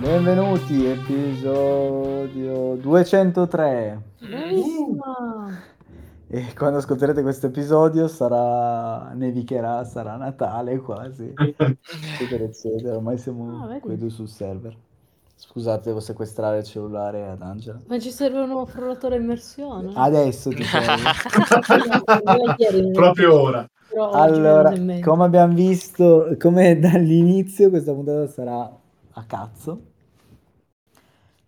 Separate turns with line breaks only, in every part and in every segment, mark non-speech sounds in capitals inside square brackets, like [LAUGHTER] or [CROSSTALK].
Benvenuti, episodio 203.
Bravissima!
E quando ascolterete questo episodio sarà nevicherà, sarà Natale quasi. eccetera, eccetera. Ormai
Ah,
siamo
vedi.
qui due sul server. Scusate, devo sequestrare il cellulare ad Angela.
Ma ci serve un nuovo frullatore a immersione?
Ah,
[LAUGHS]
Adesso ti serve.
[LAUGHS] Proprio ora.
Però oggi
Allora,
mi è venuto in mente.
come abbiamo visto, come dall'inizio questa puntata sarà a cazzo.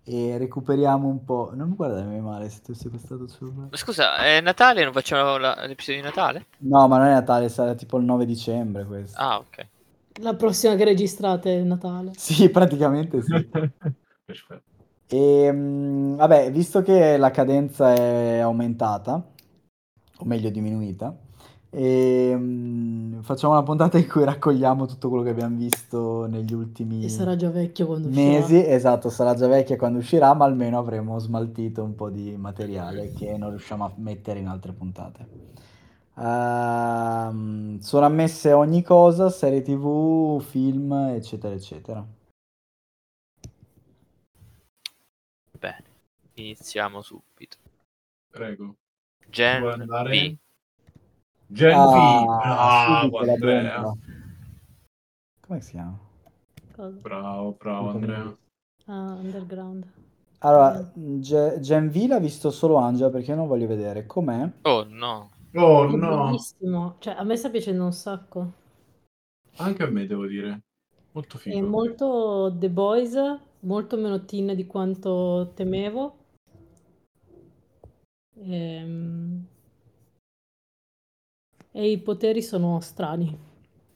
E recuperiamo un po'. Non guardarmi male se ti ho sequestrato il cellulare.
Ma Scusa, è Natale? Non facciamo la- l'episodio di Natale?
No, ma non è Natale, sarà tipo il 9 dicembre questo.
Ah, ok.
La prossima che registrate è Natale.
[LAUGHS] Sì, praticamente sì.
Perfetto.
E mh, vabbè, visto che la cadenza è aumentata, o meglio diminuita, e, mh, facciamo una puntata in cui raccogliamo tutto quello che abbiamo visto negli ultimi
Mm.
E sarà già vecchio quando uscirà.
mesi. Esatto, sarà già vecchia quando uscirà, ma almeno avremo smaltito un po' di materiale che non riusciamo a mettere in altre puntate. Ehm, sono ammesse ogni cosa, serie TV, film, eccetera, eccetera.
Bene. Iniziamo subito.
Prego. Vuoi
Gen
andare?
B.
Gen V.
Ah,
Bravo
subito la
Andrea.
bomba. Come si chiama?
Cosa?
Bravo, bravo Andrea.
Ah, underground.
Allora,
Eh.
Ge- Gen V l'ha visto solo Angela perché io non voglio vedere. Com'è?
Oh no.
Oh
È
no,
bellissimo. Cioè, a me sta piacendo un sacco.
anche a me devo dire. Molto
È
figo.
molto The Boys, molto meno teen di quanto temevo. Ehm, E i poteri sono strani.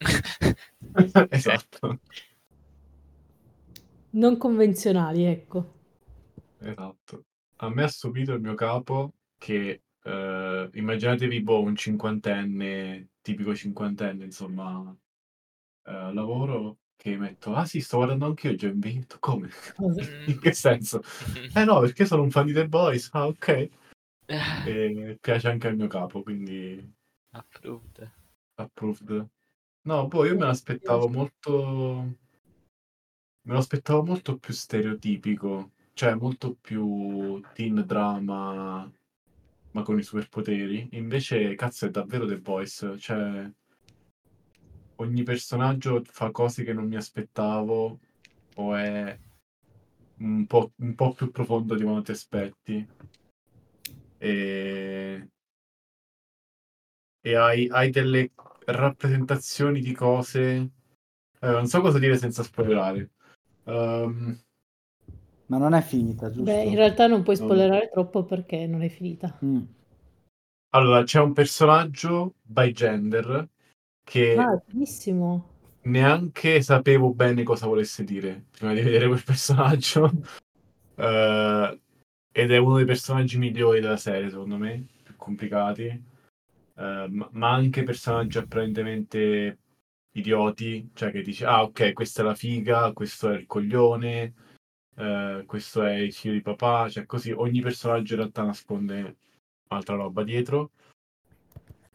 [LAUGHS] esatto.
Non convenzionali, ecco.
esatto. A me ha stupito il mio capo che eh, immaginatevi boh, un cinquantenne, tipico cinquantenne, insomma, eh, lavoro che metto, ah sì, sto guardando anch'io Gen V. Tu Come? [LAUGHS]
Mm,
In
[LAUGHS]
che senso? Eh no, perché sono un fan di The Boys. Ah, ok. E piace anche al mio capo, quindi
Approved.
approved. No, poi io me l'aspettavo molto. Me lo aspettavo molto più stereotipico, cioè molto più teen drama, ma con i superpoteri. Invece, cazzo, è davvero The Boys, cioè ogni personaggio fa cose che non mi aspettavo o è un po', un po' più profondo di quanto ti aspetti. E, e hai, hai delle rappresentazioni di cose. eh, non so cosa dire senza spoilerare. Ehm,
Ma non è finita, giusto?
Beh, in realtà non puoi
Non-
spoilerare troppo perché non è finita.
Mm.
allora, c'è un personaggio by gender che
Ah, benissimo.
neanche sapevo bene cosa volesse dire prima di vedere quel personaggio. Eh, ed è uno dei personaggi migliori della serie, secondo me, più complicati, Eh, ma, ma anche personaggi apparentemente idioti, cioè che dici, ah ok, questa è la figa, questo è il coglione, eh, questo è il figlio di papà, cioè così, ogni personaggio in realtà nasconde altra roba dietro.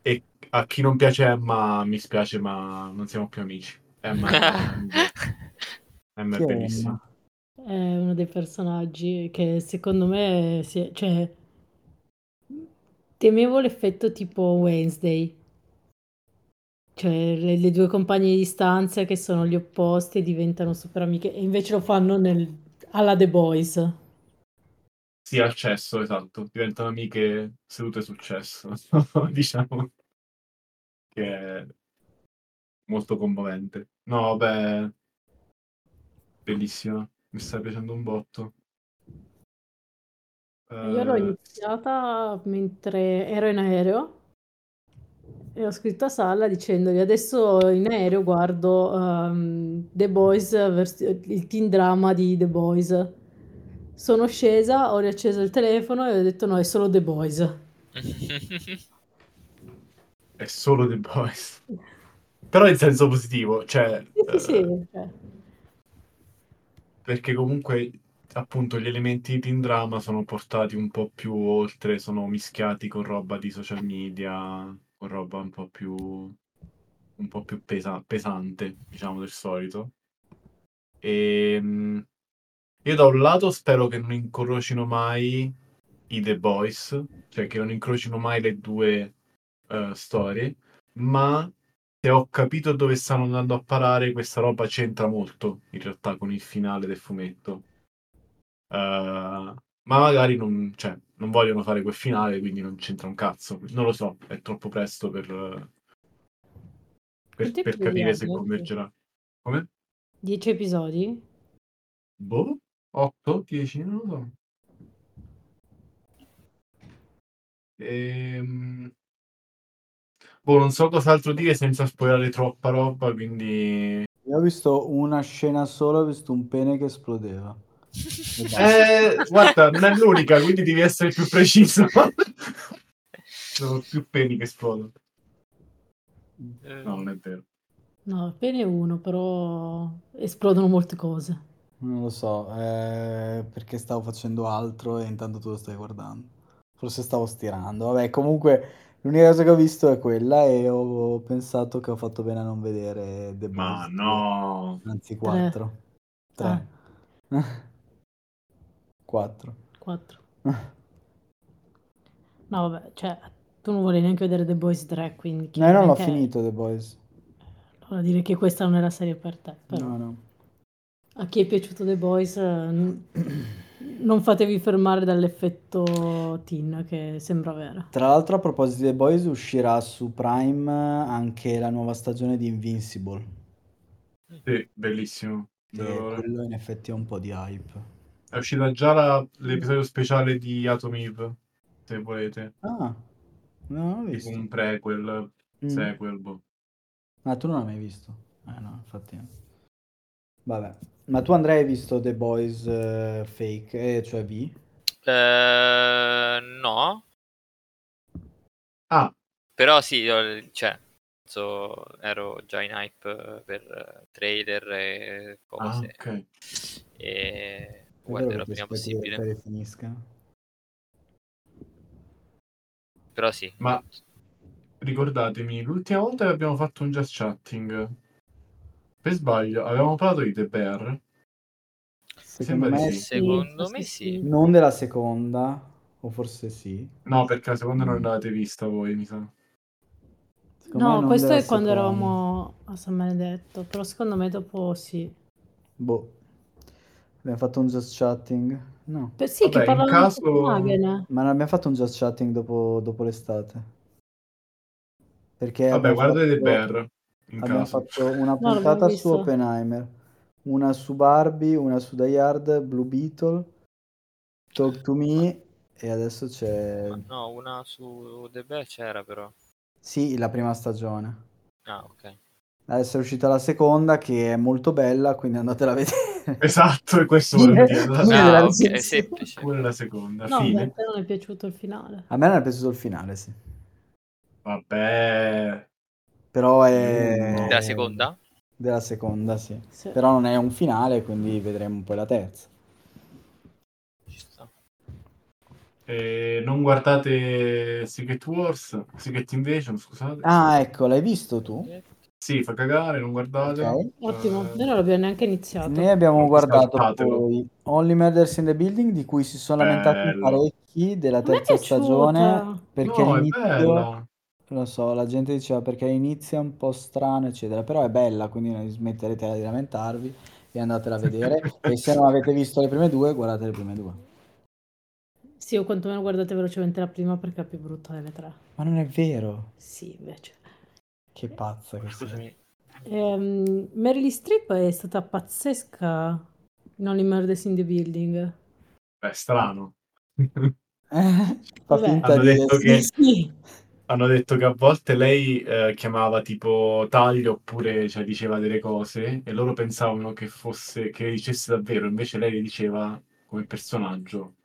E a chi non piace Emma, mi spiace, ma non siamo più amici. Emma,
[LAUGHS]
è- Emma
Chi
è
è
bellissima.
Emma?
È uno dei personaggi che secondo me si è- cioè, temevo l'effetto tipo Wednesday. Cioè, le, le due compagne di stanza che sono gli opposti e diventano super amiche. E invece lo fanno nel- alla The Boys.
Sì, al cesso, esatto. Diventano amiche sedute sul cesso, [LAUGHS] diciamo. Che è molto commovente. No, beh, bellissima. Mi sta piacendo un botto.
Io l'ho
Eh,
iniziata mentre ero in aereo e ho scritto a Salla dicendogli adesso in aereo guardo ehm, The Boys, vers- il teen drama di The Boys. Sono scesa, ho riacceso il telefono e ho detto no, è solo The Boys.
È solo The Boys. Però in senso positivo, cioè...
Sì, sì, sì,
eh,
cioè,
perché comunque appunto gli elementi di drama sono portati un po' più oltre, sono mischiati con roba di social media, con roba un po' più, un po' più pesa- pesante, diciamo, del solito. E, mh, Io da un lato spero che non incrocino mai i The Boys, cioè che non incrocino mai le due eh, storie, ma se ho capito dove stanno andando a parare, questa roba c'entra molto in realtà con il finale del fumetto. Eh, ma magari non, cioè, non vogliono fare quel finale, quindi non c'entra un cazzo. Non lo so, è troppo presto per, eh, per-
Quanti
per
episodi
capire se
hanno?
convergerà. Come?
Dieci episodi?
Boh, 8, 10, non lo so. Ehm... Boh, non so cos'altro dire senza spoilerare troppa roba, quindi...
Io ho visto una scena sola, ho visto un pene che
[LAUGHS]
esplodeva. E basta.
Eh, [LAUGHS] guarda, non è l'unica, quindi devi essere più preciso. Sono più peni che esplodono.
Eh,
No, non è vero.
No, appena uno, però esplodono molte cose.
Non lo so, eh, perché stavo facendo altro e intanto tu lo stai guardando. Forse stavo stirando. Vabbè, comunque l'unica cosa che ho visto è quella e ho pensato che ho fatto bene a non vedere The
Ma
Boys.
no.
Anzi, 4.
Eh.
Ah.
3. 4.
Quattro.
[LAUGHS]
No, vabbè, cioè, tu non volevi neanche vedere The Boys 3, quindi...
No, io non l'ho
chiaramente-
finito The Boys.
Allora dire che questa non è la serie per te, però...
No, no.
A chi è piaciuto The Boys, eh, n- non fatevi fermare dall'effetto teen che sembra avere.
Tra l'altro, a proposito di The Boys, uscirà su Prime anche la nuova stagione di Invincible.
Sì, bellissimo.
E
Allora,
quello in effetti è un po' di hype.
È uscita già la- l'episodio speciale di Atom Eve, se volete.
Ah, no, non l'ho
Tipo
visto.
un prequel,
Mm.
sequel, boh.
Ma tu non l'hai mai visto? Eh no, infatti. no. Vabbè. Ma tu Andrea hai visto The Boys eh, Fake, eh, cioè V?
[LAUGHS] eh, no,
Ah,
però sì, io- cioè, so, ero già in hype eh, per eh, trailer e
ah,
cose.
ok.
E
È vero
guarderò
che
prima
aspetti che la
possibile.
serie finisca?
Però sì.
Ma ricordatemi, l'ultima volta che abbiamo fatto un just chatting, per sbaglio, avevamo parlato di The Bear.
Secondo
Sembra
me
di
Secondo
forse
me sì.
non della seconda, o forse sì.
No, perché la seconda
Mm.
non l'avete vista voi, mi sa.
Eh, Secondo me
No,
non
questo
della
è quando
seconda.
eravamo a San Benedetto, però secondo me dopo sì.
Boh. Abbiamo fatto un just chatting? No.
Per- sì,
Vabbè,
che
in
parlavano
caso-
di Copenaghen.
Ma non abbiamo fatto un just chatting dopo, dopo l'estate. Perché
Vabbè,
abbiamo
guardate The
fatto-
Bear, in
Abbiamo
caso.
fatto una
l'abbiamo
puntata su
visto.
Oppenheimer, una su Barbie, una su Die Hard, Blue Beetle, Talk to Me e adesso c'è...
Ma No, una su The Bear c'era però.
Sì, la prima stagione.
Ah, ok.
Adesso è uscita la seconda che è molto bella, quindi andatela a vedere. [LAUGHS]
[LAUGHS] Esatto, e questo
Sì,
volevo
eh.
dire. La
Sì,
seconda
era
Ah,
la
ok,
recensione.
è semplice.
pure la seconda,
No, beh, a
fine.
te non è piaciuto il finale.
A me non è piaciuto il finale, sì.
Vabbè.
Però è...
Mm.
Della seconda?
Della seconda, sì.
Sì.
Però non è un finale, quindi vedremo poi la terza. [LAUGHS]
Ci sta.
Eh, non guardate Secret Wars, Secret Invasion, scusate.
Ah, ecco, l'hai visto tu?
Sì, fa cagare, non guardate.
Ok.
Ottimo,
Eh,
noi non l'abbiamo neanche iniziato.
Noi abbiamo guardato
Saltatelo.
poi Only Murders in the Building, di cui si sono lamentati in
Bello.
parecchi della
A me è
terza
piaciuta.
stagione, perché
no, è
all'inizio,
bella.
lo so, la gente diceva perché all'inizio è un po' strano, eccetera, però è bella, quindi non smetterete di lamentarvi e andatela a
[LAUGHS]
vedere. e se non avete visto le prime due, guardate le prime due.
Sì, o quantomeno guardate velocemente la prima perché è la più brutta delle tre.
Ma non è vero,
Sì, invece.
che pazza che sei. [LAUGHS]
[LAUGHS]
Scusami.
Ehm, Meryl Streep è stata pazzesca in Only Murders in the Building.
Beh, strano.
Fa
Vabbè.
finta
Hanno
di
detto
essere-
che-
Sì.
Hanno detto che a volte lei eh, chiamava tipo taglio oppure cioè, diceva delle cose e loro pensavano che fosse che dicesse davvero, invece lei le diceva come personaggio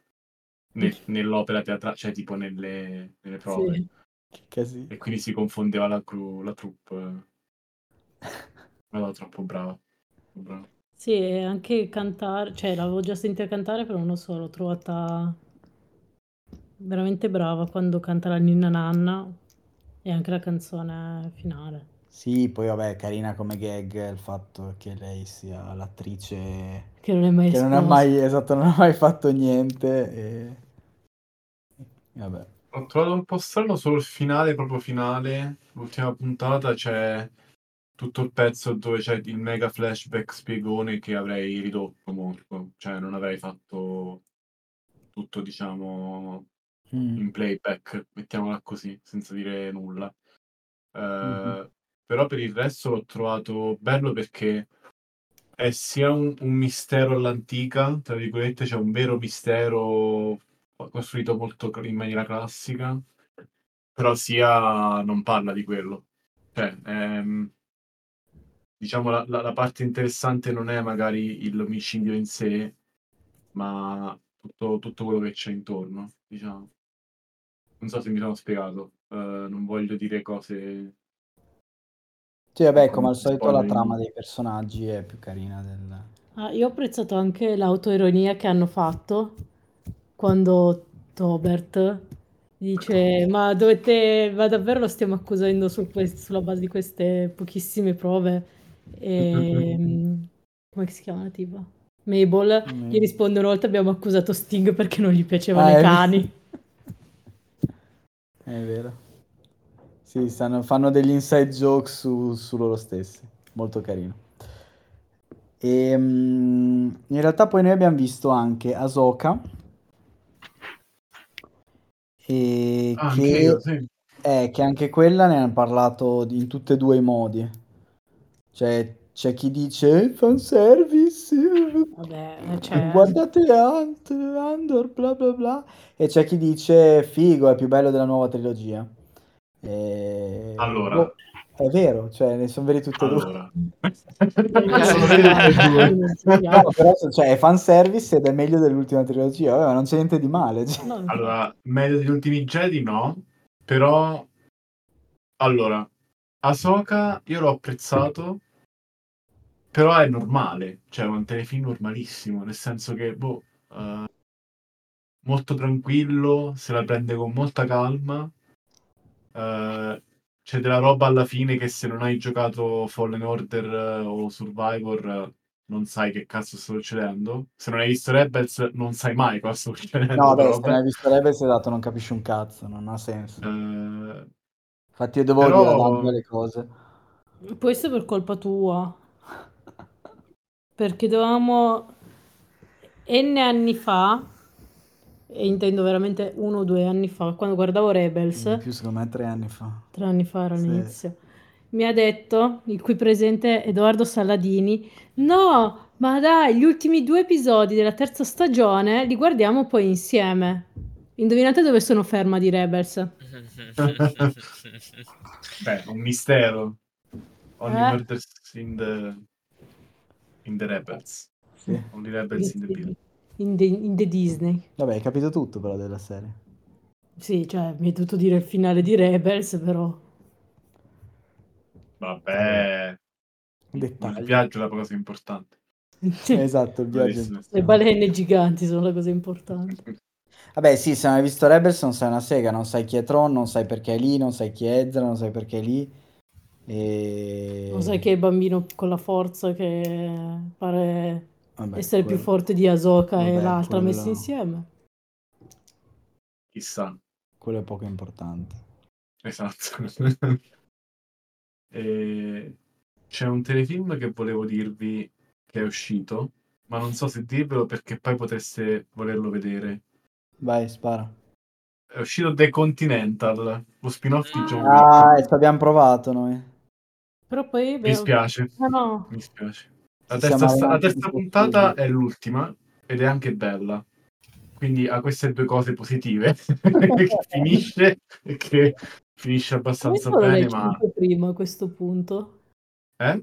nel- nell'opera teatrale, cioè tipo nelle, nelle prove.
Sì.
[LAUGHS] Che casino.
E quindi si confondeva la, cru- la troupe. Ma no, troppo brava. Troppo brava.
Sì, e anche cantare, cioè l'avevo già sentita cantare, però non lo so, l'ho trovata veramente brava quando canta la Ninna Nanna e anche la canzone finale.
Sì, poi vabbè, carina come gag il fatto che lei sia l'attrice
Che non è mai
che non ha
esploso.
mai, esatto, non ha mai fatto niente e... Vabbè.
Ho trovato un po' strano solo il finale, proprio finale, l'ultima puntata, c'è tutto il pezzo dove c'è il mega flashback spiegone che avrei ridotto molto, cioè non avrei fatto tutto, diciamo,
Mm.
in playback, mettiamola così, senza dire nulla. Eh,
Mhm.
Però per il resto l'ho trovato bello perché è sia un, un mistero all'antica, tra virgolette, c'è un vero mistero costruito molto cl- in maniera classica, però sia non parla di quello. Cioè, ehm, diciamo la, la- la parte interessante non è magari il- l'omicidio in sé, ma tutto, tutto quello che c'è intorno, diciamo. Non so se mi sono spiegato, eh, non voglio dire cose...
Sì, Cioè, vabbè,
Comunque
come al
non
solito
spoiler
la trama
niente.
dei personaggi è più carina del...
Ah, io ho apprezzato anche l'autoironia che hanno fatto quando Tobert dice: Ma dovete, ma davvero lo stiamo accusando su que- sulla base di queste pochissime prove? E, mm, come si chiama la tipa? Mabel
Mm.
gli risponde una volta: Abbiamo accusato Sting perché non gli piacevano
Ah,
i
è-
cani.
[LAUGHS] È vero. Sì, sanno- fanno degli inside joke su, su loro stessi. Molto carino. E, mm, in realtà poi noi abbiamo visto anche Asoka. E
Ah,
che,
anche io, sì.
eh, che anche quella ne hanno parlato di- in tutti e due i modi. Cioè, c'è chi dice "Eh, fanservice, eh,
Vabbè,
[LAUGHS]
cioè,
Guardate Ant- Andor, bla bla bla. E c'è chi dice figo, è più bello della nuova trilogia. E-
Allora.
boh, è vero, cioè ne sono veri tutti e due.
Allora. [LAUGHS]
Sono
No, però cioè, è fanservice ed è meglio dell'ultima trilogia, vabbè, ma non c'è niente di male. cioè.
No,
Allora, meglio degli ultimi Jedi no, però allora, Ahsoka io l'ho apprezzato, però è normale, cioè è un telefilm normalissimo, nel senso che boh, eh, molto tranquillo, se la prende con molta calma. eh, c'è della roba alla fine che se non hai giocato Fallen Order eh, o Survivor eh, non sai che cazzo sta succedendo. Se non hai visto Rebels non sai mai cosa sta succedendo.
No, vabbè,
Eh, però,
se
vabbè.
non hai visto Rebels dato non capisci un cazzo, non ha senso.
Eh,
Infatti io devo
però-
dire ad Andrea le cose.
Può essere per colpa tua. Perché dovevamo N anni fa, e intendo veramente uno o due anni fa, quando guardavo Rebels,
In Mm, più secondo me tre anni fa.
tre anni fa era
Sì.
all'inizio, mi ha detto, il qui presente Edoardo Saladini, no, ma dai, gli ultimi due episodi della terza stagione li guardiamo poi insieme. Indovinate dove sono ferma di Rebels?
Beh, un mistero. Only
Eh.
murders in the, in the Rebels.
Sì.
Mm.
Only Rebels in the Bill.
In the- in the Disney.
Vabbè, hai capito tutto però della serie.
Sì, cioè, mi hai dovuto dire il finale di Rebels, però. [LAUGHS]
Vabbè, il
Dettagli.
viaggio è la cosa importante.
[LAUGHS] Esatto, il viaggio.
Bravissimo.
Le balene giganti sono la cosa importante.
Vabbè, sì, se non hai visto Rebels non sai una sega, non sai chi è Tron, non sai perché è lì, non sai chi è Ezra, non sai perché è lì. E...
Non sai che il bambino con la forza che pare
Vabbè,
essere più
quello-
forte di Ahsoka e
Vabbè,
l'altra
quello-
messi insieme.
Chissà.
Quello è poco importante.
Esatto. [LAUGHS] E c'è un telefilm che volevo dirvi che è uscito, ma non so se dirvelo perché poi potreste volerlo vedere.
Vai, spara.
È uscito The Continental, lo spin-off di John Wick.
Ah, e ci abbiamo provato noi.
Però poi...
Mi spiace,
Ah, no.
mi spiace. La
Ci
terza,
siamo
la
avanti
terza
di
puntata
possibile.
è l'ultima ed è anche bella. Quindi ha queste due cose positive. [LAUGHS] che finisce e che finisce
Come
abbastanza
sono le
bene,
5
ma...
prima a questo punto?
eh?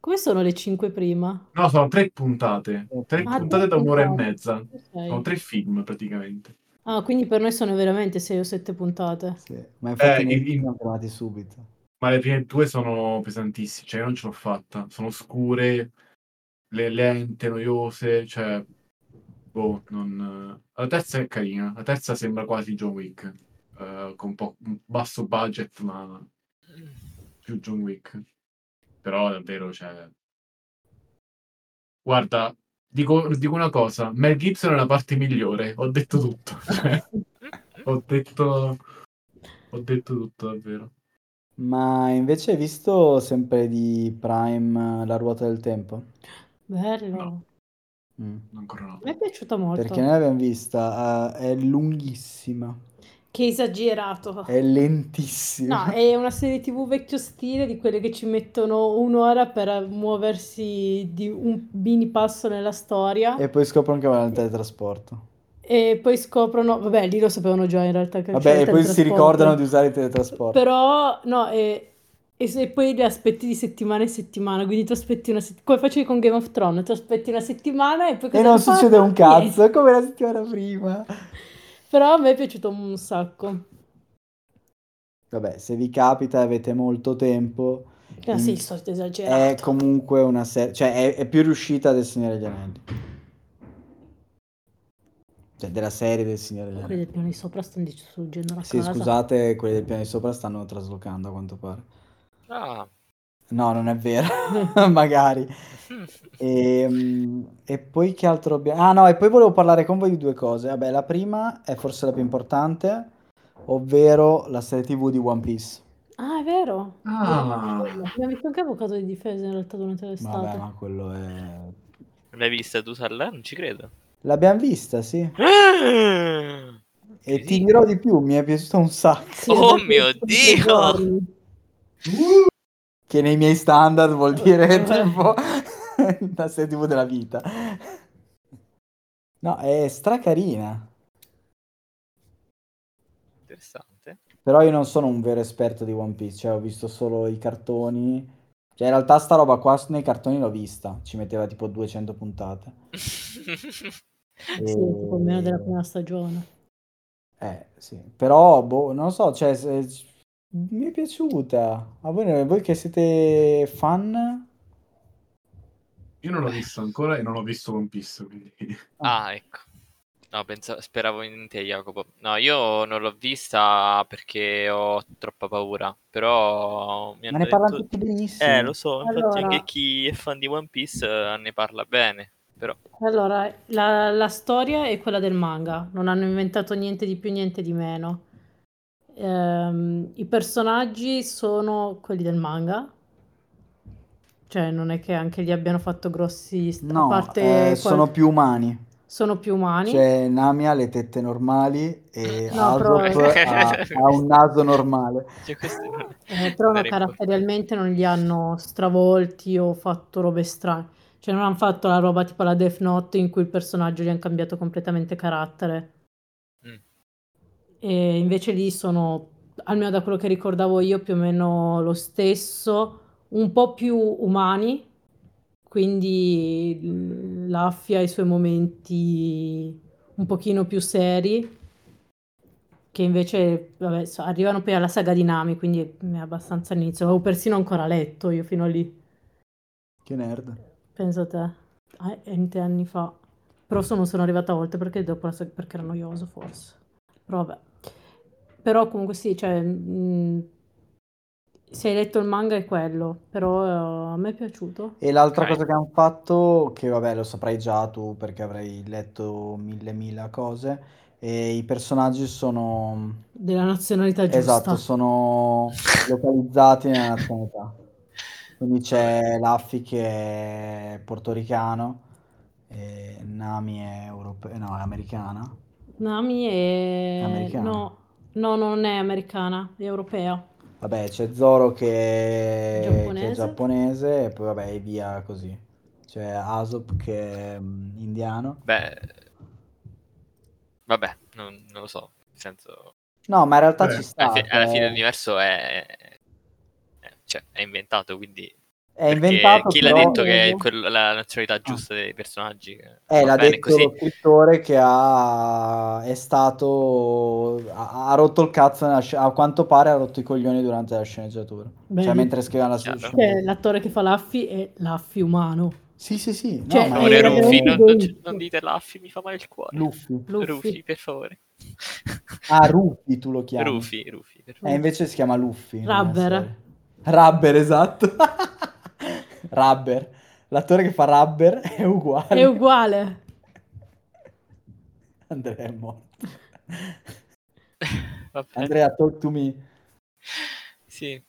Come sono le 5 prima?
No, sono tre puntate. Tre
Ah, tre
puntate da un'ora e
puntate.
mezza. Sono tre film praticamente.
Ah, quindi per noi sono veramente 6 o 7 puntate.
Sì. Ma infatti
Eh,
noi
il-
ci siamo trovati subito.
Ma le prime due sono pesantissime, cioè io non ce l'ho fatta. Sono scure, le lente, noiose, cioè... Boh, non... La terza è carina. La terza sembra quasi John Wick. eh, con un po' un basso budget, ma... più John Wick. Però davvero, cioè... Guarda, dico, dico una cosa, Mel Gibson è la parte migliore, ho detto tutto. [LAUGHS] Cioè, ho detto... Ho detto tutto, davvero.
Ma invece hai visto sempre di Prime eh, La ruota del tempo?
Bello.
No.
Mm.
Ancora no.
Mi è piaciuta molto.
Perché noi l'abbiamo vista, eh, è lunghissima,
Che esagerato.
è lentissima. [LAUGHS]
Ah. No, è una serie TV vecchio stile di quelle che ci mettono un'ora per muoversi di un mini passo nella storia
E poi scoprono che va nel teletrasporto.
e poi scoprono, vabbè, lì lo sapevano già in realtà che c'era
Vabbè,
il
e poi si
teletrasporto.
ricordano di usare il teletrasporto.
Però no, e, e se poi li aspetti di settimana in settimana, quindi tu aspetti una settimana, come facevi con Game of Thrones, tu aspetti una settimana e poi
E
cosa
non
hanno fatto?
succede un
Niente.
cazzo, è come la settimana prima.
Però a me è piaciuto un sacco.
Vabbè, se vi capita e avete molto tempo,
Ah,
Mm. Ecco.
sì, il solito
è
esagerato.
comunque una serie, cioè è, è più riuscita del Signore degli Anelli. Cioè della serie del Signore degli
Quelli
Anelli.
del piano di sopra stanno distruggendo la
Sì,
casa.
scusate, quelli del piano di sopra stanno traslocando a quanto pare.
Ah.
No, non è vero, [LAUGHS] magari. E, mm, e poi che altro abbiamo? Ah no, e poi volevo parlare con voi di due cose. Vabbè, la prima è forse la più importante, ovvero la serie TV di One Piece.
Ah, è vero.
Ah.
Mi avete anche avvocato di difesa in realtà durante
Vabbè,
l'estate.
ma quello è...
L'hai vista tu, Salla? Non ci credo.
L'abbiamo vista, sì. E ti
Incredibile.
dirò di più, mi è piaciuta un sacco,
Sì,
Oh
dopo
mio
i tutti
Dio!
i giorni.
che nei miei standard vuol dire
Eh.
tipo [LAUGHS] la serie TV della vita. No, è stracarina.
Interessante.
Però io non sono un vero esperto di One Piece, cioè ho visto solo i cartoni. Cioè, in realtà sta roba qua nei cartoni l'ho vista, ci metteva tipo 200 puntate.
Sì,
Oh.
tipo meno della prima stagione.
Eh, sì. Però, boh, non lo so, cioè, se- mi è piaciuta. A voi, voi che siete fan?
Io non l'ho visto ancora e non ho visto One Piece, quindi...
Ah, ecco. No, pensa- speravo in te, Jacopo. No, io non l'ho vista perché ho troppa paura. Però mi
Ma
hanno
ne parlano
detto...
tutti benissimo.
Eh, lo so, infatti
Allora.
anche chi è fan di One Piece eh, ne parla bene. Però...
Allora, la, la storia è quella del manga, non hanno inventato niente di più, niente di meno. Ehm, i personaggi sono quelli del manga, cioè non è che anche gli abbiano fatto grossi, st- a
No,
parte
eh,
qual-
sono più umani.
sono più umani.
Cioè, Nami ha le tette normali e
No, però-
Aesop ha, ha un naso normale.
Cioè, [LAUGHS] questo non-
Eh, però no,
Era importante.
caratterialmente non li hanno stravolti o fatto robe strane. Cioè non hanno fatto la roba tipo la Death Note in cui il personaggio gli hanno cambiato completamente carattere.
Mm.
E invece lì sono, almeno da quello che ricordavo io, più o meno lo stesso, un po' più umani, quindi l- l'affia ha i suoi momenti un pochino più seri, che invece vabbè, so- arrivano poi alla saga di Nami, quindi è abbastanza all'inizio. L'avevo persino ancora letto io fino a lì,
Che nerd.
penso te, Ah, è niente anni fa. Però so- non sono arrivata a volte perché, dopo la saga- perché era noioso forse. Però vabbè. Però comunque sì, cioè... mh, se hai letto il manga è quello, però eh, a me è piaciuto.
E l'altra
Ok.
cosa che hanno fatto, che vabbè lo saprai già tu perché avrai letto mille mille cose, e i personaggi sono...
Della nazionalità giusta.
Esatto, sono localizzati nella nazionalità. Quindi c'è Laffi che è portoricano, e Nami è europea, no, è americana.
Nami è...
Americana.
No, no, non è americana, è europea.
Vabbè, c'è Zoro che è che è
Giapponese.
giapponese e poi vabbè, e via così. C'è Asop che è mm, indiano.
Beh... Vabbè, non, non lo so. Nel senso...
No, ma in realtà
Eh,
ci sta.
alla, fi- alla fine
cioè,
l'universo è... è- Cioè, è inventato, quindi...
è
perché
inventato,
chi
però Ah.
l'ha detto che è
Vero.
quella- la nazionalità giusta dei personaggi?
eh,
Va
l'ha
bene
detto
così.
lo scrittore che ha, è stato, ha, ha rotto il cazzo, nella sc- a quanto pare ha rotto i coglioni durante la sceneggiatura.
Bene.
Cioè, mentre scriveva la sua
Chiaro.
Cioè,
sceneggiatura.
l'attore che fa l'affi è l'affi umano.
Sì, sì, sì. No,
Cioè,
ma
Amore
Eh,
Rufy, non, non ci-
Rufy.
non dite Laffy, mi fa male il cuore.
Luffy.
Luffy.
Rufy, per favore.
Ah, Ruffy tu lo chiami.
Rufi, Rufi, per
Eh, invece si chiama Luffy. nella
Rubber.
serie. Rubber, esatto. [LAUGHS] Rubber. L'attore che fa Rubber [LAUGHS] è uguale.
[LAUGHS] È uguale.
Andrea è morto.
Vabbè.
Andrea, talk to me.
Sì.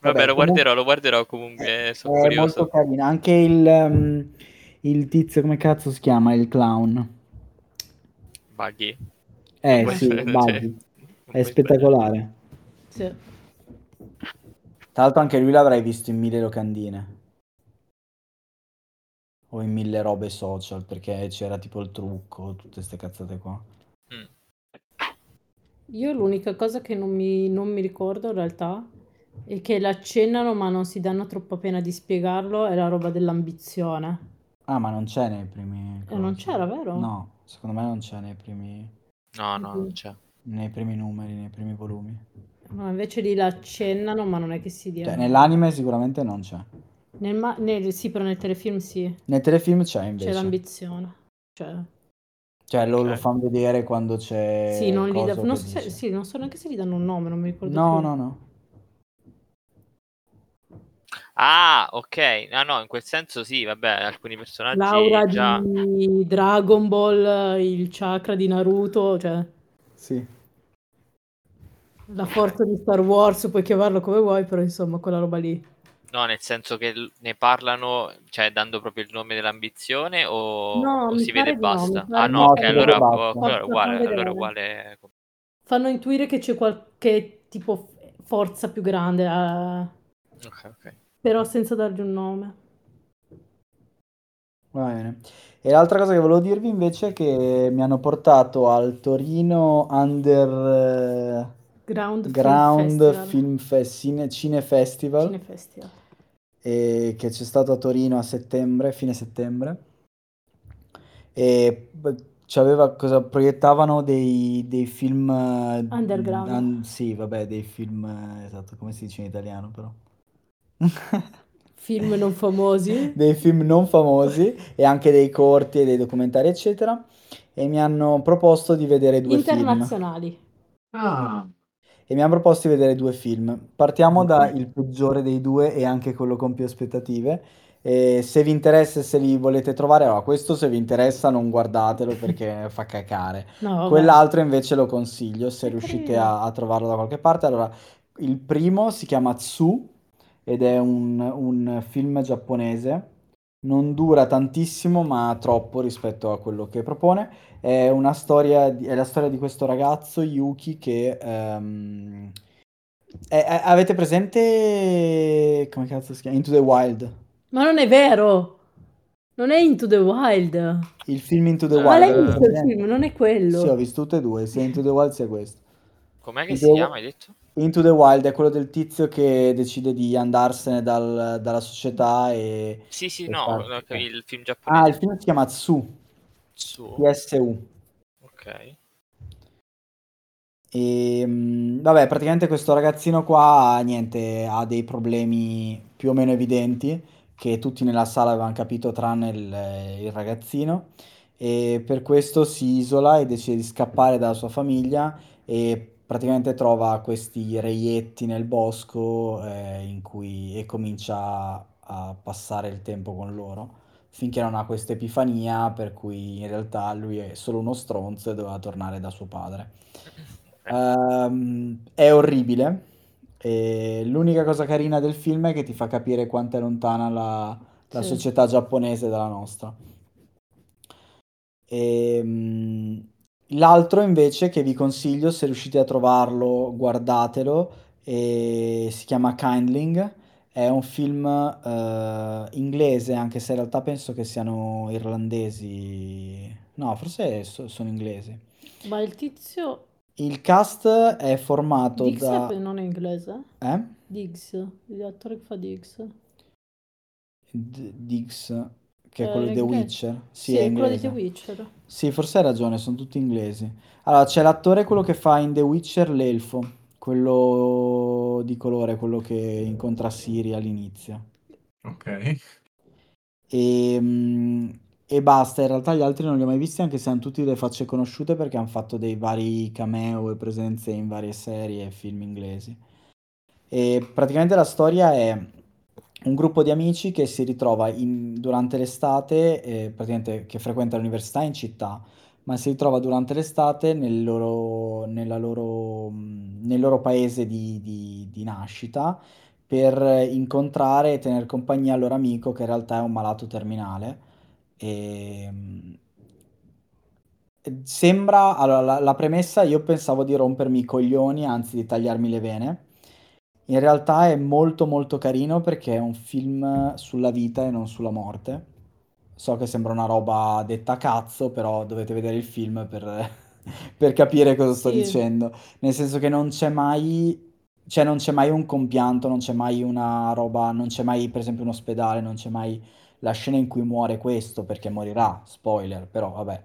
Vabbè,
Vabbè,
comunque- Eh,
lo guarderò, lo guarderò comunque, Eh, sono
È
curioso.
molto carino. Anche il, ehm, il tizio, come cazzo si chiama? Il clown.
Buggy.
Eh,
Può
sì,
essere,
Buggy.
sì.
È spettacolare.
Sì.
Tra l'altro anche lui l'avrai visto in mille locandine. O in mille robe social, perché c'era tipo il trucco, tutte ste cazzate qua.
Mm.
Io l'unica cosa che non mi, non mi ricordo in realtà e che l'accennano ma non si danno troppa pena di spiegarlo è la roba dell'ambizione.
Ah, ma non c'è nei primi...
Eh, non
cosi.
c'era, vero?
No, secondo me non c'è nei primi,
No, no, non c'è.
nei primi numeri, nei primi volumi.
No, invece lì l'accennano ma non è che si dia.
Cioè, nell'anime sicuramente non c'è.
Nel ma- nel- sì, però nel telefilm sì,
Nel telefilm c'è
c'è
invece.
l'ambizione. Cioè,
Cioè, lo, lo
Ok.
fanno vedere quando c'è...
sì, non, gli
coso
da- non
che
so se-
dice.
sì, non so neanche se gli danno un nome, non mi ricordo
No,
più.
no, no.
Ah, ok. Ah no, in quel senso sì, vabbè, alcuni personaggi
L'aura
Ah, già...
di Dragon Ball, il chakra di Naruto, cioè
Sì.
la forza di Star Wars, puoi chiamarlo come vuoi, però insomma quella roba lì.
No, nel senso che l- ne parlano, cioè dando proprio il nome dell'ambizione o,
No,
o
mi
si vede e
pare di no,
basta?
mi pare
ah
di
no,
no,
ok,
si vede e
allora,
basta.
oh, allora
Fa-
uguale,
fa
allora
vedere.
uguale...
fanno intuire che c'è qualche tipo f- forza più grande, eh,
Ok, ok.
però senza dargli un nome.
Va bene. E l'altra cosa che volevo dirvi invece è che mi hanno portato al Torino Underground
Ground,
Film
Film Festival.
Fe- Cine, Cine Festival,
Cine Festival.
eh, che c'è stato a Torino a settembre, fine settembre. E beh, c'aveva, cosa, proiettavano dei, dei film... eh,
Underground.
an- sì, vabbè, dei film... eh, Esatto, come si dice in italiano però?
[LAUGHS] Film non famosi.
dei film non famosi e anche dei corti e dei documentari, eccetera. E mi hanno proposto di vedere due film.
Internazionali.
Ah,
E mi hanno proposto di vedere due film. Partiamo
Ok.
da il peggiore dei due e anche quello con più aspettative. E se vi interessa, e se li volete trovare, allora questo se vi interessa non guardatelo perché fa cacare.
No, vabbè.
Quell'altro invece lo consiglio se
Che
riuscite
carino.
a, a trovarlo da qualche parte. Allora, il primo si chiama Tsu ed è un, un film giapponese. Non dura tantissimo, ma troppo rispetto a quello che propone. È una storia, di- è la storia di questo ragazzo Yuki che. ehm, è- è- avete presente. Come cazzo si chiama? Into the Wild.
Ma non è vero! Non è Into the Wild.
Il film Into the
Eh,
Wild.
Ma l'hai
avete
visto il
presente?
film? Non è quello.
Sì, ho visto tutte e due, sia Into the Wild sia questo.
Com'è che
Il
si
devo-
chiama, hai detto?
Into the Wild è quello del tizio che decide di andarsene dal- dalla società e...
Sì, sì,
per
no,
farsi-
no, che il film
Ah,
giapponese.
il film si chiama Tsu,
Su,
TSU.
ok.
E, mh, Ehm, vabbè, praticamente questo ragazzino qua, niente, ha dei problemi più o meno evidenti che tutti nella sala avevano capito tranne il, il ragazzino e per questo si isola e decide di scappare dalla sua famiglia e praticamente trova questi reietti nel bosco eh, in cui, e comincia a passare il tempo con loro. Finché non ha questa epifania, per cui in realtà lui è solo uno stronzo e doveva tornare da suo padre. Ehm, è orribile. E l'unica cosa carina del film è che ti fa capire quanto è lontana la, la
Sì.
società giapponese dalla nostra. Ehm, l'altro invece che vi consiglio, se riuscite a trovarlo, guardatelo, e si chiama Kindling. È un film eh, inglese, anche se in realtà penso che siano irlandesi. No, forse so- sono inglesi.
Ma il tizio
Il cast è formato
Diggs
da...
è- non è inglese?
Eh?
Diggs, l'attore che fa Diggs.
D- Diggs, che è
Eh,
quello di The
inglese.
Witcher. Sì,
Sì,
è
è quello di The
inglese.
Witcher.
Sì, forse hai ragione, sono tutti inglesi. Allora, c'è l'attore, quello che fa in The Witcher l'elfo, quello di colore, quello che incontra Siri all'inizio.
ok.
E, mh, Ehm, e basta. In realtà gli altri non li ho mai visti, anche se hanno tutti delle facce conosciute perché hanno fatto dei vari cameo e presenze in varie serie e film inglesi. E praticamente la storia è un gruppo di amici che si ritrova in- durante l'estate, eh, praticamente che frequenta l'università in città, ma si ritrova durante l'estate nel loro, nella loro- nel loro paese di, di- di nascita per incontrare e tener compagnia al loro amico che in realtà è un malato terminale. E, mh, Ehm, Sembra, allora, la, la premessa, io pensavo di rompermi i coglioni, anzi di tagliarmi le vene. In realtà è molto molto carino perché è un film sulla vita e non sulla morte. So che sembra una roba detta a cazzo, però dovete vedere il film per, [LAUGHS] per capire cosa sto
Sì.
dicendo. Nel senso che non c'è mai, cioè non c'è mai un compianto, non c'è mai una roba, non c'è mai per esempio un ospedale, non c'è mai la scena in cui muore questo, perché morirà, spoiler, però vabbè.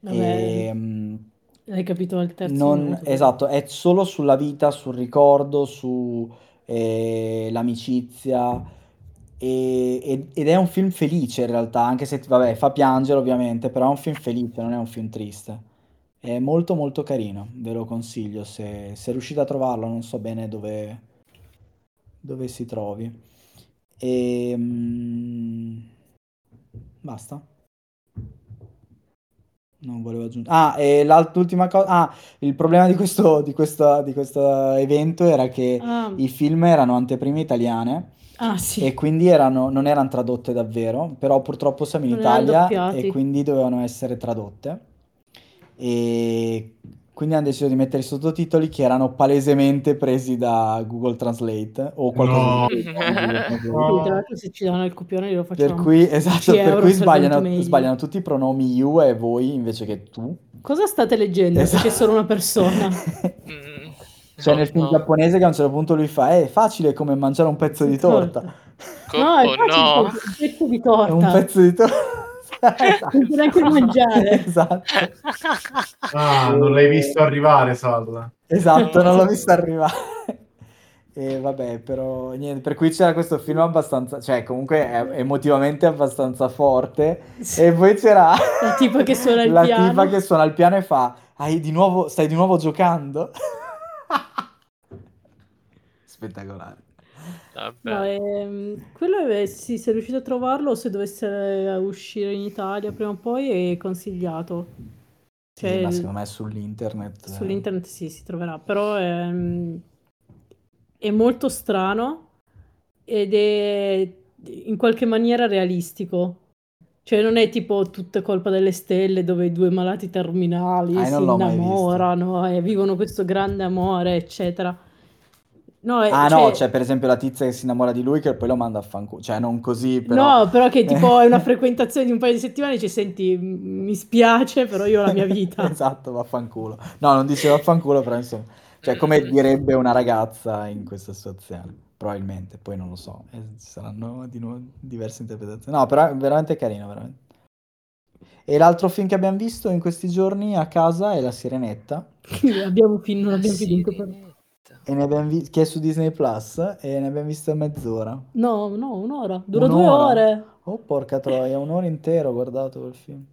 Vabbè,
Ehm,
hai capito al terzo
non-
minuto.
esatto, è solo sulla vita, sul ricordo, sull'amicizia. ed è un film felice in realtà, anche se vabbè, fa piangere ovviamente, però è un film felice, non è un film triste. È molto molto carino, ve lo consiglio se, se riuscite a trovarlo, non so bene dove, dove si trovi. E, basta. Non volevo aggiungere. Ah, e l'alt- l'ultima cosa. Ah, il problema di questo, di questa- di questo evento era che
Ah,
i film erano anteprime italiane
ah, sì,
e quindi erano- non erano tradotte davvero, però purtroppo siamo in
Non erano
Italia
doppiati.
e quindi dovevano essere tradotte. E quindi hanno deciso di mettere i sottotitoli che erano palesemente presi da Google Translate o qualcosa di
[LAUGHS]
No.
Google Translate.
No.
tra l'altro se ci danno il copione glielo
Per
facciamo.
cui, esatto,
10
per cui
euro sarebbe molto
sbagliano,
meglio.
sbagliano tutti i pronomi you e voi invece che tu.
Cosa state leggendo?
Esatto.
C'è solo una persona.
Mm,
[LAUGHS] Cioè
no,
nel film
no.
giapponese che a un certo punto lui fa, "Eh, è facile come mangiare un pezzo di torta.
[LAUGHS]
Co-
No, è
oh,
facile,
no.
un pezzo di
È un
torta.
pezzo di torta.
Non puoi
[LAUGHS]
neanche [LAUGHS] mangiare.
esatto.
Ah, non l'hai visto arrivare, Sal.
Esatto, non
Eh.
l'ho vista arrivare. E vabbè, però niente, per cui c'era questo film abbastanza, cioè comunque è- emotivamente abbastanza forte. E poi c'era
La tipa che suona
[LAUGHS]
il
la
piano.
tipa che suona il piano e fa, "Hai di nuovo, stai di nuovo
[LAUGHS]
giocando?" Spettacolare.
Vabbè.
No, ehm, quello è, sì, se riuscite a trovarlo, se dovesse uscire in Italia prima o poi, è consigliato. Cioè,
Sì, ma
il-
secondo me sull'internet. eh.
Sull'internet sì, si troverà, però ehm, è, molto strano ed è in qualche maniera realistico. Cioè non è tipo tutta colpa delle stelle dove i due malati terminali
Ah,
si
non l'ho mai
innamorano e vivono questo grande amore, eccetera. No, è-
Ah
cioè-
no, c'è per esempio la tizia che si innamora di lui che poi lo manda a fanculo, cioè non così però.
no, però che tipo
[LAUGHS]
è una frequentazione di un paio di settimane e dici, senti, m- mi spiace, però io ho la mia
[LAUGHS]
vita.
esatto, vaffanculo. No, non dice vaffanculo, però insomma, cioè come
Mm.
direbbe una ragazza in questa situazione, probabilmente, poi non lo so, eh, ci saranno di nuovo diverse interpretazioni. No, però è veramente carino, veramente. E l'altro film che abbiamo visto in questi giorni a casa è La Sirenetta,
abbiamo fin- non abbiamo finito. però.
Sirenetta.
e ne abbiamo vi- che è su Disney Plus, e ne abbiamo visto mezz'ora.
No, no, un'ora. Dura
Un'ora?
due ore.
Oh porca troia, un'ora intero ho guardato quel film.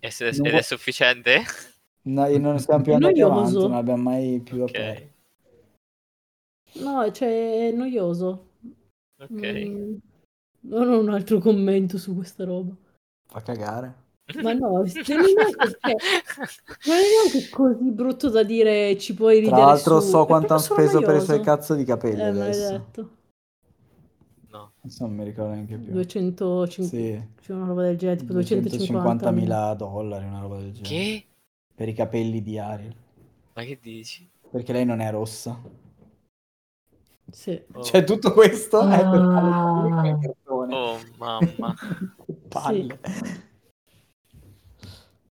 E se-
Non
Ed
vo-
è sufficiente?
No, io non siamo più
È
andati
noioso.
avanti, non abbiamo mai più aperto.
Ok.
No, cioè, è noioso.
Ok.
Mm, Non ho un altro commento su questa roba.
Fa cagare.
Ma no, se non è neanche,
[LAUGHS]
cioè, non è neanche così brutto da dire ci puoi
Tra
ridere
l'altro
su.
so
È
quanto
proprio
hanno
solo
speso per i
noioso.
suoi cazzo di capelli
Eh,
adesso.
maledetto.
No.
Adesso non mi ricordo neanche più.
250,
Sì,
cioè una roba del genere, tipo 250.
250.000 dollari, una roba del genere.
Che?
Per i capelli di Ariel.
Ma che dici?
Perché lei non è rossa.
Sì.
Oh,
Cioè tutto questo è per
Ah.
fare le persone.
oh, mamma.
[LAUGHS]
[LAUGHS]
Palle.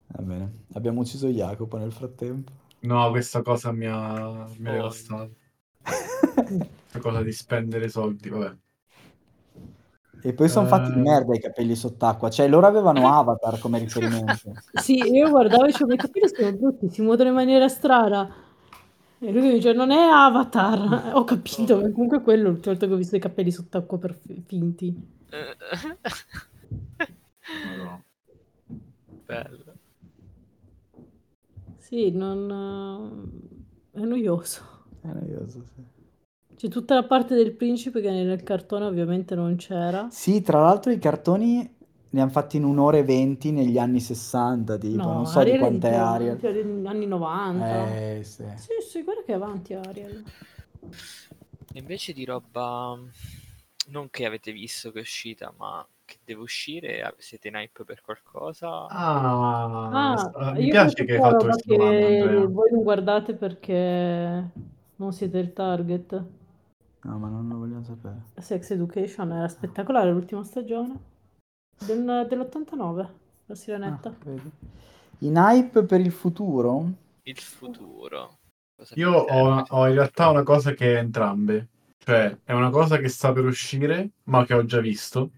Va bene. Abbiamo ucciso Jacopo nel frattempo.
No, questa cosa mi ha mi ha devastato. Questa cosa di spendere soldi, vabbè.
E poi sono fatti di
Eh.
merda i capelli sott'acqua. Cioè loro
Eh.
avevano Avatar
[LAUGHS]
come riferimento.
Sì, io guardavo e dicevo, ma i capelli sono brutti, si muovono in maniera strana. E lui mi dice, non è Avatar. [LAUGHS] Ho capito, ma comunque quello, l'ultima volta che ho visto i capelli sott'acqua per finti.
Eh,
Madonna.
bello.
Sì, non... eh, è noioso.
È noioso, sì.
C'è tutta la parte del principe che nel cartone ovviamente non c'era.
Sì, tra l'altro i cartoni ne hanno fatti in un'ora e venti negli anni 60, tipo,
No,
non so
Ariel
di
è
quant'è
più
Ariel.
avanti, degli anni 90.
Eh, sì.
Sì, sì, guarda che è avanti Ariel.
Invece di roba non che avete visto che è uscita, ma che deve uscire, siete in hype per qualcosa?
Ah,
Ah,
mi
io penso
piace che
sia
hai fatto eh.
roba
questa domanda,
che
Andrea.
voi non guardate perché non siete il target.
No, ma non lo vogliamo sapere.
Sex Education era spettacolare l'ultima stagione Del- dell'89, la sirenetta.
Ah, vedi. In hype per il futuro?
Il futuro. Cosa
Io
pensate?
ho, una- ho in realtà una cosa che è entrambe. Cioè, è una cosa che sta per uscire, ma che ho già visto.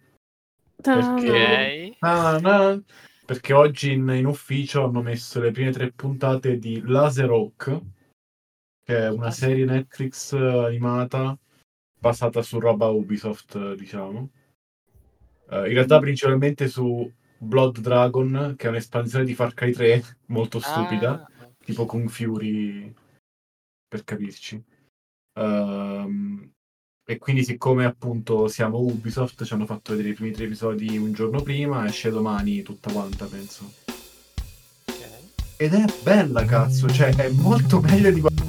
Perché-
Ok.
Ah, no. Perché oggi in, in ufficio hanno messo le prime tre puntate di Laser Hawk, che è una serie Netflix eh, animata basata su roba Ubisoft, eh, diciamo. Eh, in realtà principalmente su Blood Dragon, che è un'espansione di Far Cry 3 [LAUGHS] molto stupida
Ah,
tipo con Fury per capirci. Ehm, e quindi, siccome appunto siamo Ubisoft, ci hanno fatto vedere i primi tre episodi un giorno prima, esce domani tutta quanta, penso.
ok.
Ed è bella, cazzo, cioè è molto meglio di quanto